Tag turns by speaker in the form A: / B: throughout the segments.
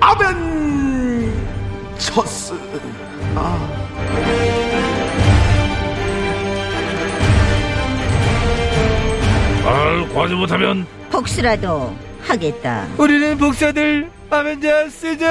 A: 아벤처스. 아.
B: 말 과지 못하면
C: 복수라도 하겠다.
D: 우리는 복사들 아벤자 시즌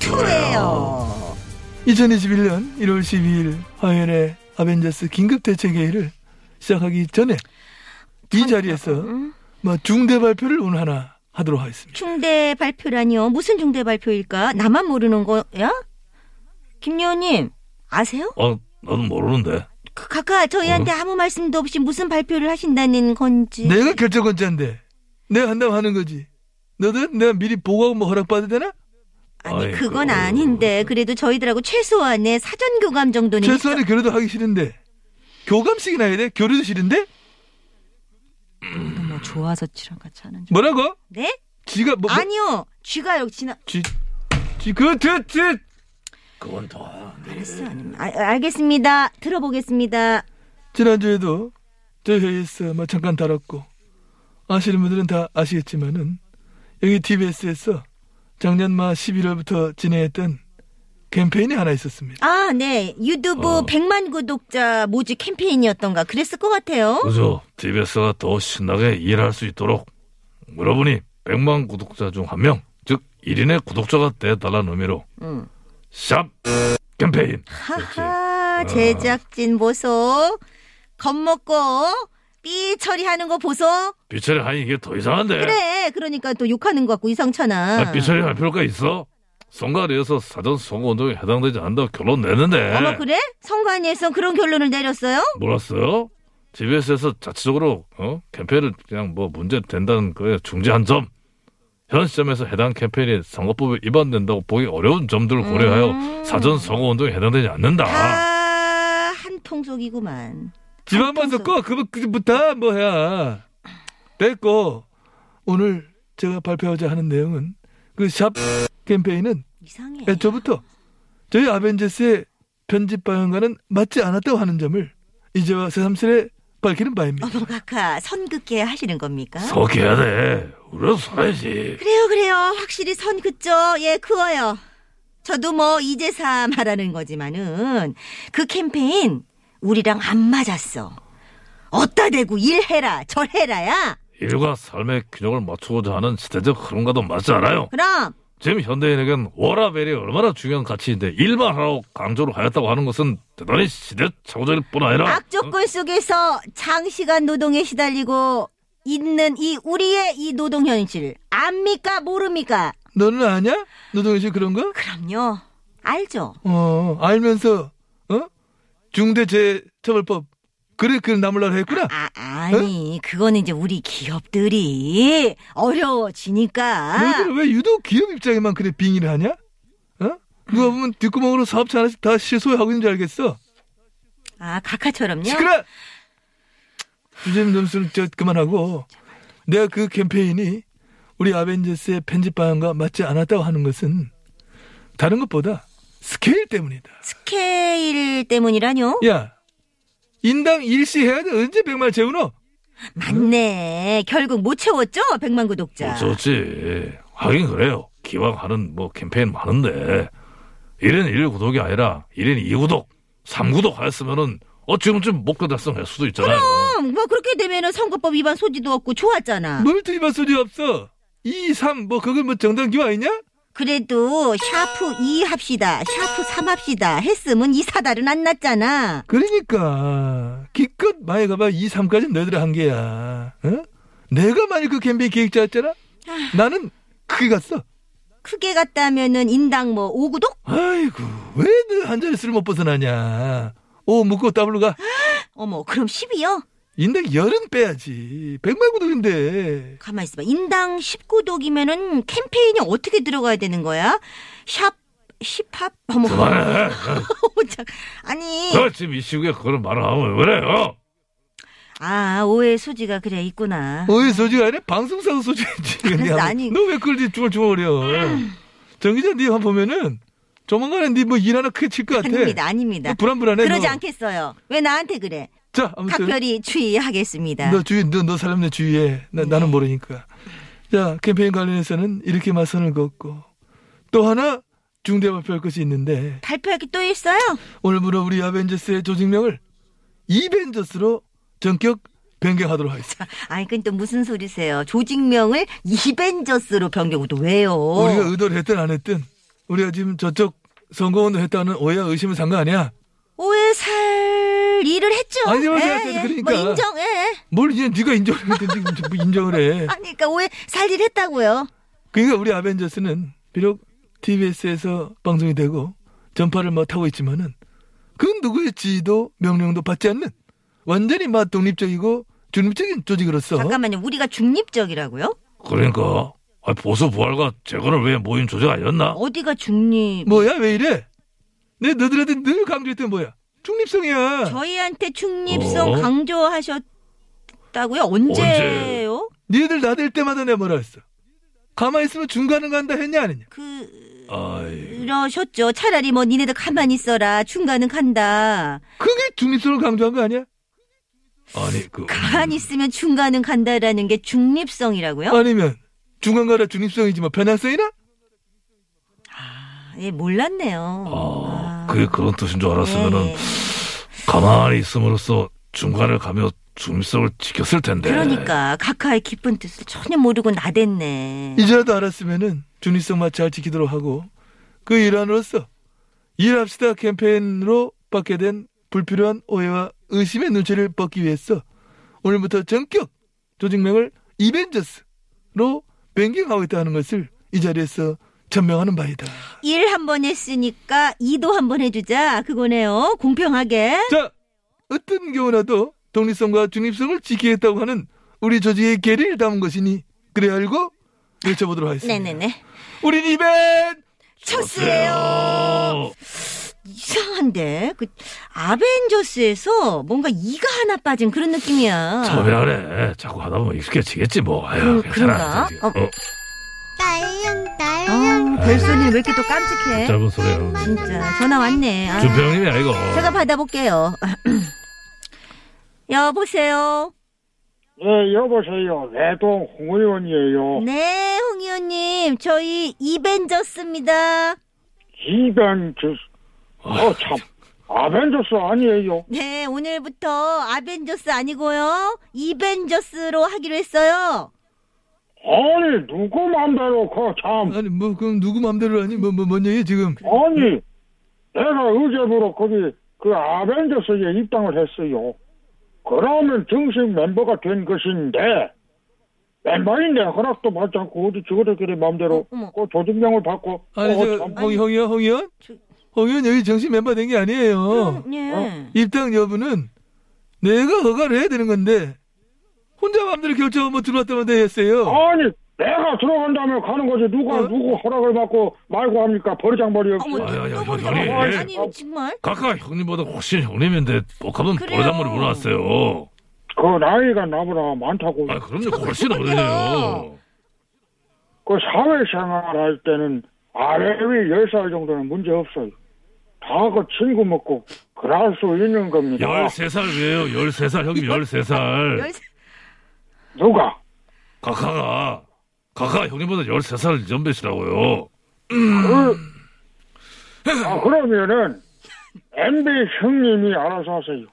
C: 투예요.
D: 2021년 1월 12일 화요일에 아벤자스 긴급 대책회의를 시작하기 전에 이 자리에서
C: 어?
D: 뭐 중대 발표를 오늘 하나 하도록 하겠습니다.
C: 중대 발표라니요. 무슨 중대 발표일까? 나만 모르는 거야? 김여원님 아세요?
B: 어 나는 모르는데
C: 그 각하 저희한테 아무 말씀도 없이 무슨 발표를 하신다는 건지.
D: 내가 결정권자인데 내가 한다면 하는 거지. 너들 내가 미리 보고하고 뭐 허락받아야 되나?
C: 아니
B: 아이고.
C: 네,
B: 어,
C: 그건 아닌데 그래도 저희들하고 최소한의 사전 교감 정도는
D: 최소한의 교류도 하기 싫은데 교감식이나 해야 돼? 교류도 싫은데?
C: 뭐 좋아서 치랑 같이 하는 줄.
D: 뭐라고?
C: 네?
D: 지가 뭐? 뭐-
C: 아니요. 쥐가 여기 지나.
D: 지, 지, 그, 그, 그,
B: 그건 다
C: 알았어. 아니면- 아, 알겠습니다. 들어보겠습니다.
D: 지난주에도 저희 회의에서 뭐 잠깐 다뤘고 아시는 분들은 다 아시겠지만은 여기 TBS에서 작년 마 11월부터 진행했던 캠페인이 하나 있었습니다.
C: 아, 네. 유튜브 100만 구독자 모집 캠페인이었던가 그랬을 것 같아요.
B: 그죠 TBS가 더 신나게 일할 수 있도록 여러분이 100만 구독자 중 한 명 즉 1인의 구독자가 되달라는 의미로
C: 음.
B: 샵 캠페인
C: 하하, 제작진 보소. 겁먹고 삐 처리하는 거 보소.
B: 비철이 하니 이게 더 이상한데
C: 그래. 그러니까 또 욕하는 것 같고 이상찮아.
B: 예. 아, 비철이 할 필요가 있어 선거에서 사전 선거 운동에 해당되지 않는다고 결론 냈는데
C: 어머 그래? 선관위에서 그런 결론을 내렸어요?
B: 몰랐어요? TBS에서 자체적으로 어? 캠페인을 그냥 뭐 문제 된다는 거에 중재한 점. 현 시점에서 해당 캠페인이 선거법에 위반된다고 보기 어려운 점들을 고려하여 사전 선거 운동에 해당되지 음. 않는다.
C: 다 한통속이구만.
D: 집 한 번
C: 통수.
D: 섞어 그부터 뭐 해야 됐고 오늘 제가 발표하자 하는 내용은 그 샵 캠페인은
C: 이상해.
D: 예, 애초부터 저희 아벤져스의 편집 방향과는 맞지 않았다고 하는 점을 이제와 새삼스레 밝히는 바입니다.
C: 어머 각하 선긋게 하시는 겁니까?
B: 서게야 돼. 우리는 서야지.
C: 그래요, 그래요. 확실히 선 그죠? 예, 그어요. 저도 뭐 이제사 말하는 거지만은 그 캠페인 우리랑 안 맞았어. 어따 대고 일해라, 절해라야.
B: 일과 삶의 균형을 맞추고자 하는 시대적 흐름과도 맞지 않아요.
C: 그럼
B: 지금 현대인에겐 워라벨이 얼마나 중요한 가치인데 일만 하라고 강조를 하였다고 하는 것은 대단히 시대착오적일 뿐
D: 어,
B: 아니라
C: 악조건 속에서 장시간 노동에 시달리고 있는 이 우리의 이 노동 현실 압니까 모릅니까?
D: 너는 아냐? 노동현 씨 그런 거?
C: 그럼요. 알죠.
D: 어, 알면서, 어? 중대재해처벌법. 그래, 그걸 남으려고 했구나.
C: 아, 아니, 그거는 이제 우리 기업들이 어려워지니까.
D: 너희들은 왜 유독 기업 입장에만 그래 빙의를 하냐? 어? 누가 보면 뒷구멍으로 사업체 하나씩 다 실소유하고 있는 줄 알겠어.
C: 아, 각하처럼요?
D: 시끄러! 주제님 점수는 저 그만하고, 내가 그 캠페인이 우리 아벤져스의 편집 방향과 맞지 않았다고 하는 것은 다른 것보다 스케일 때문이다.
C: 스케일
B: 음.
C: 때문이라뇨?
D: 야, 인당 일시 해야 돼. 언제 백만 채우노?
C: 맞네. 결국 못 채웠죠? 100만
B: 뭐,
C: 구독자.
B: 어쩌지 하긴 그래요 기왕 하는 뭐 캠페인 많은데 1인 1 구독이 아니라 1인 2 구독 3 구독 하였으면은 어 지금쯤 목표 달성할 수도 있잖아요
C: 음, 뭐 그렇게 되면은 선거법 위반 소지도 없고 좋았잖아.
B: 뭐?
D: 뭘 뒤집어 소리 없어. 2, 3, 뭐, 그걸 뭐 정당 기호 아니냐?
C: 그래도 샤프 2 합시다. 샤프 3 합시다. 했으면 이 사달은 안 났잖아.
D: 그러니까, 기껏 많이 가봐. 2, 3까지는 너희들 한 개야. 어? 내가 만일 그 캠페인 기획자였잖아? 나는 크게 갔어.
C: 크게 갔다면은 인당 뭐 5구독?
D: 아이고, 왜 늘 한 자릿수를 못 벗어나냐. 오, 묶고 더블로 가.
C: 어머, 그럼 10이요?
D: 인당 열은 빼야지. 백만 구독인데.
C: 가만 있어봐. 인당 10구독이면은 캠페인이 어떻게 들어가야 되는 거야? 샵 힙합 어머
B: 그만해.
C: 어머, 참. 아니
B: 너 지금 이 시국에 그걸 말을 하면 왜 그래? 어?
C: 아 오해 소지가 그래 있구나
D: 어이 소지가 아니라 방송사 소지지.
C: 그래서 아니- 음.
D: 너왜 그걸 이제 중얼중얼거려? 정 기자 네한 보면은 조만간에 네 뭐 일 하나 크게 칠 것 같아.
C: 아닙니다 아닙니다
D: 네. 뭐 불안불안해.
C: 네. 그러지
D: 너.
C: 않겠어요 왜 나한테 그래
D: 자 아무튼
C: 각별히 주의하겠습니다
D: 너 주위 너너 사람 내 주위에 나,
C: 네.
D: 나는 모르니까. 자 캠페인 관련해서는 이렇게 맞선을 걷고 또 하나 중대 발표할 것이 있는데
C: 발표할 게 또 있어요
D: 오늘부로 우리 아벤져스의 조직명을 이벤져스로 전격 변경하도록 하겠습니다.
C: 아니 그건 또 무슨 소리세요 조직명을 이벤져스로 변경을 또 왜요
D: 우리가 의도를 했든 안 했든 우리가 지금 저쪽 선거운동 했다는 오해와 의심은 상관 아니야.
C: 오해 살 일을 했죠
D: 아니, 맞아요. 그러니까.
C: 뭐 인정 예
D: 뭘 이제 네가 인정을 했든지 뭐 인정을 해.
C: 아니 그러니까 오해 살 일을 했다고요
D: 그러니까 우리 아벤져스는 비록 TBS에서 방송이 되고 전파를 뭐 타고 있지만은 그건 누구의 지도 명령도 받지 않는 완전히 막 독립적이고 중립적인 조직으로서
C: 잠깐만요 우리가 중립적이라고요
B: 그러니까 아, 보수 부활과 재건을 위해 모인 조직 아니었나?
C: 어디가 중립
D: 뭐야 왜 이래? 내 너들한테 늘 강조했던 뭐야? 중립성이야.
C: 저희한테 중립성
B: 어?
C: 강조하셨다고요? 언제요?
D: 니들 나댈 때마다 내가 뭐라 했어? 가만히 있으면 중간은 간다 했냐 안 했냐?
C: 그
B: 아이,
C: 그러셨죠. 차라리 뭐 니네들 가만히 있어라. 중간은 간다.
D: 그게 중립성을 강조한 거 아니야?
B: 아니 그
C: 가만히 있으면 중간은 간다라는 게 중립성이라고요?
B: 어.
D: 아니면 중간가라 중립성이지만 뭐 편향성이나?
C: 예, 몰랐네요.
B: 아,
C: 아.
B: 그게 그런 뜻인 줄 알았으면은
C: 예.
B: 가만히 있음으로써 중간을 가며 중립성을 지켰을 텐데.
C: 그러니까
B: 네.
C: 각하의 깊은 뜻을 전혀 모르고 나댔네.
D: 이제라도 알았으면은 중립성만 잘 지키도록 하고 그 일환으로서 일합시다 캠페인으로 받게 된 불필요한 오해와 의심의 눈치를 벗기 위해서 오늘부터 전격 조직명을 이벤져스로 변경하고 있다는 것을 이 자리에서 천명하는 바이다.
C: 일 한 번 했으니까 이도 한 번 해주자. 그거네요. 공평하게.
D: 자, 어떤 경우라도 독립성과 중립성을 지키겠다고 하는 우리 조직의 계리를 담은 것이니 그래 알고 외쳐보도록 하겠습니다.
C: 네네네.
D: 우린 이벤
C: 첫수예요.
B: 어,
C: 이상한데 그 아벤져스에서 뭔가 이가 하나 빠진 그런 느낌이야.
B: 처음이라 그래. 자꾸 하다 보면 익숙해지겠지 뭐. 아유,
C: 그-
B: 괜찮아.
C: 그런가? 어.
B: 어,
E: 딸랑 딸랑
C: 아, 벌소리 왜 이렇게 또 깜찍해?
B: 짧은 소리야.
C: 진짜 전화 왔네. 아,
B: 준평님이야 이거.
C: 음, 제가 받아볼게요. 여보세요.
F: 네, 여보세요. 내동 홍
D: 어.
F: 의원이에요.
C: 네, 홍 의원님, 저희 이벤져스입니다.
F: 이벤져스. 어, 참. 아벤져스 아니에요.
C: 네, 오늘부터 아벤져스 아니고요, 이벤져스로 하기로 했어요.
F: 아니, 누구 맘대로, 그, 참.
D: 아니 뭐 그럼 누구 맘대로 하니 뭐 뭐뭔 얘기 지금
F: 아니, 내가 의제부로 거기, 그 아벤져스에 입당을 했어요. 그러면 정식 멤버가 된 것인데, 멤버인데 허락도 받지 않고 어디 지그들끼리 마음대로
C: 어, 어머.
F: 그 조직명을 받고
D: 아니
F: 어,
D: 저
F: 참.
D: 홍, 홍이요 홍이요
C: 저-
D: 홍이요 여기 정식 멤버 된 게 아니에요.
C: 네.
D: 입당 여부는 내가 허가를 해야 되는 건데 혼자 맘대로 결정하면 뭐 들어왔다면 되겠어요.
F: 아니, 내가 들어간다면 가는 거지. 누가,
D: 어?
F: 누구 허락을 받고 말고 합니까? 버리장머리 없이.
C: 어머,
B: 아유, 아유,
C: 또 보니까
B: 형님.
C: 뭐,
D: 네.
C: 아니
D: 어.
C: 정말
B: 각하 형님보다 훨씬 형님인데 복합은
C: 그래요.
B: 보라장머리 물어왔어요.
F: 그 나이가 나보다 많다고
B: 아 그럼요 훨씬 어리네요.
F: 그 사회생활 할 때는 아래 위 10살 정도는 문제 없어요. 다 그 친구 먹고 그럴 수 있는 겁니다.
B: 13살 왜요? 13살 형님 13살.
C: 열세-
F: 누가?
B: 각하가 각하 형님보다 13살 연배시라고요.
F: 그, 아, 그러면은 MB 형님이 알아서 하세요.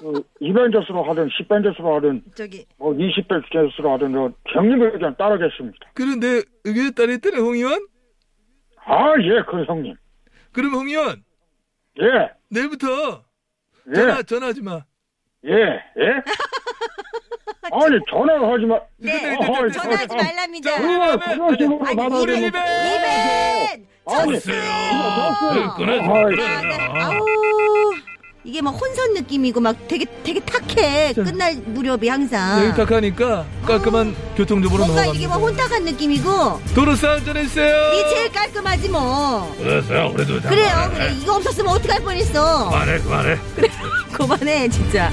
F: 그 2벤저스로 하든 10벤저스로 하든
C: 저기
F: 뭐 20벤저스로 하든 저 형님의 의견 따르겠습니다.
D: 그런데 의견에 따라 했더니 홍이원
F: 아, 예, 그 형님.
D: 그럼 홍이원
F: 예,
D: 내일부터
F: 예,
D: 전화 전화하지 마.
F: 예, 예. 아니, 전화하지 마.
C: 네,
F: 어허,
C: 전화하지
F: 어허.
C: 말랍니다.
F: 우와, 그런 식으로
C: 아니,
F: 나보고
C: 우리
F: 그러면-
D: 어. 네.
C: 이벤
F: 아니,
B: 글쎄요.
F: 이거
B: 네,
F: 됐어요.
B: 끊어야죠,
F: 아이.
B: 끊어야죠.
C: 아우 이게 막 혼선 느낌이고 막 되게 되게 탁해
D: 자.
C: 끝날 무렵이 항상
D: 여기 탁하니까 깔끔한 교통정보로
C: 뭔가 이게
D: 넘어갑니다.
C: 막 혼탁한 느낌이고
D: 도로 싸움 전해주세요.
C: 이게 제일 깔끔하지 뭐
B: 그래서요 그래도 아,
C: 그래요 그래 이거 없었으면 어떡할 뻔했어
B: 그만해 그만해
C: 그만해 진짜